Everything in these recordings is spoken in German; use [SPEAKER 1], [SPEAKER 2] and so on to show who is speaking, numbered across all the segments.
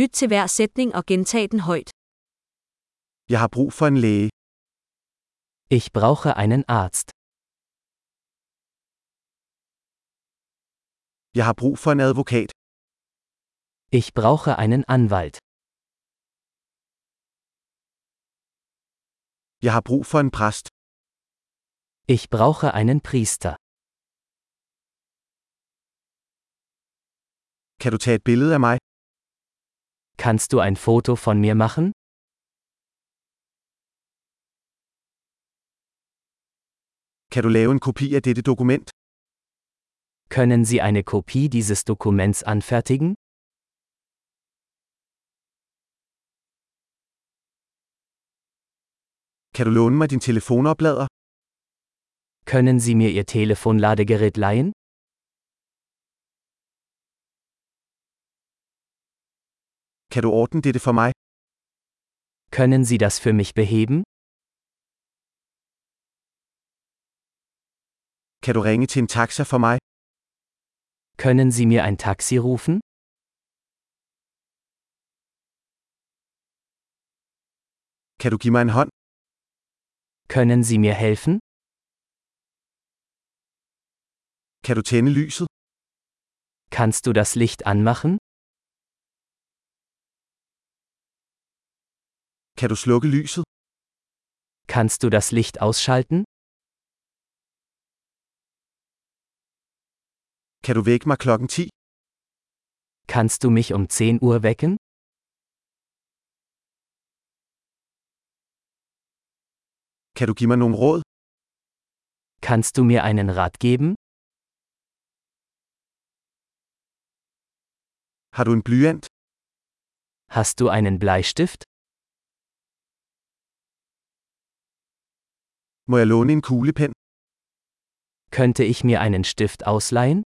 [SPEAKER 1] Lyt til hver sætning og gentag den højt.
[SPEAKER 2] Jeg har brug for en læge.
[SPEAKER 3] Ich brauche einen Arzt.
[SPEAKER 2] Jeg har brug for en advokat.
[SPEAKER 3] Ich brauche einen Anwalt.
[SPEAKER 2] Jeg har brug for en præst.
[SPEAKER 3] Ich brauche einen Priester.
[SPEAKER 2] Kan du tage et billede af mig?
[SPEAKER 3] Kannst du ein Foto von mir machen?
[SPEAKER 2] Kan du lave en kopi af dette dokument?
[SPEAKER 3] Können Sie eine Kopie dieses Dokuments anfertigen?
[SPEAKER 2] Kan du låne mig din telefonoplader?
[SPEAKER 3] Können Sie mir Ihr Telefonladegerät leihen?
[SPEAKER 2] Kan du ordne dette for mig?
[SPEAKER 3] Können Sie das für mich beheben?
[SPEAKER 2] Kan du ringe til en taxa for mig?
[SPEAKER 3] Können Sie mir ein Taxi rufen?
[SPEAKER 2] Kan du give mig en hånd?
[SPEAKER 3] Können Sie mir helfen?
[SPEAKER 2] Kan du tænde lyset?
[SPEAKER 3] Kannst du das Licht anmachen?
[SPEAKER 2] Kan du slukke lyset?
[SPEAKER 3] Kannst du das Licht ausschalten?
[SPEAKER 2] Kan du vække mig klokken 10?
[SPEAKER 3] Kannst du mich um 10 Uhr wecken?
[SPEAKER 2] Kan du give mig nogle råd?
[SPEAKER 3] Kannst du mir einen Rat geben?
[SPEAKER 2] Har du en blyant?
[SPEAKER 3] Hast du einen Bleistift?
[SPEAKER 2] Må jeg låne en kuglepen?
[SPEAKER 3] Könnte ich mir einen Stift ausleihen?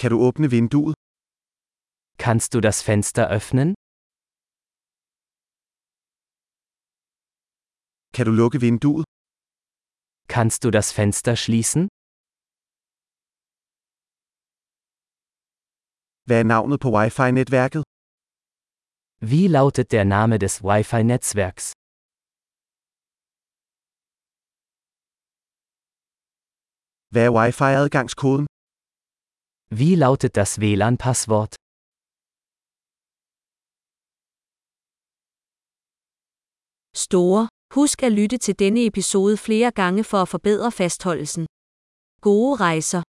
[SPEAKER 2] Kan du åbne vinduet?
[SPEAKER 3] Kannst du das Fenster öffnen?
[SPEAKER 2] Kan du lukke vinduet?
[SPEAKER 3] Kannst du das Fenster schließen?
[SPEAKER 2] Hvad er navnet på wifi-netværket?
[SPEAKER 3] Wie lautet der Name des Wi-Fi-Netzwerks?
[SPEAKER 2] Hvad er wifi-adgangskoden?
[SPEAKER 3] Wie lautet das WLAN-Passwort?
[SPEAKER 1] Store. Husk at lytte til denne episode flere gange for at forbedre fastholdelsen. Gode rejser.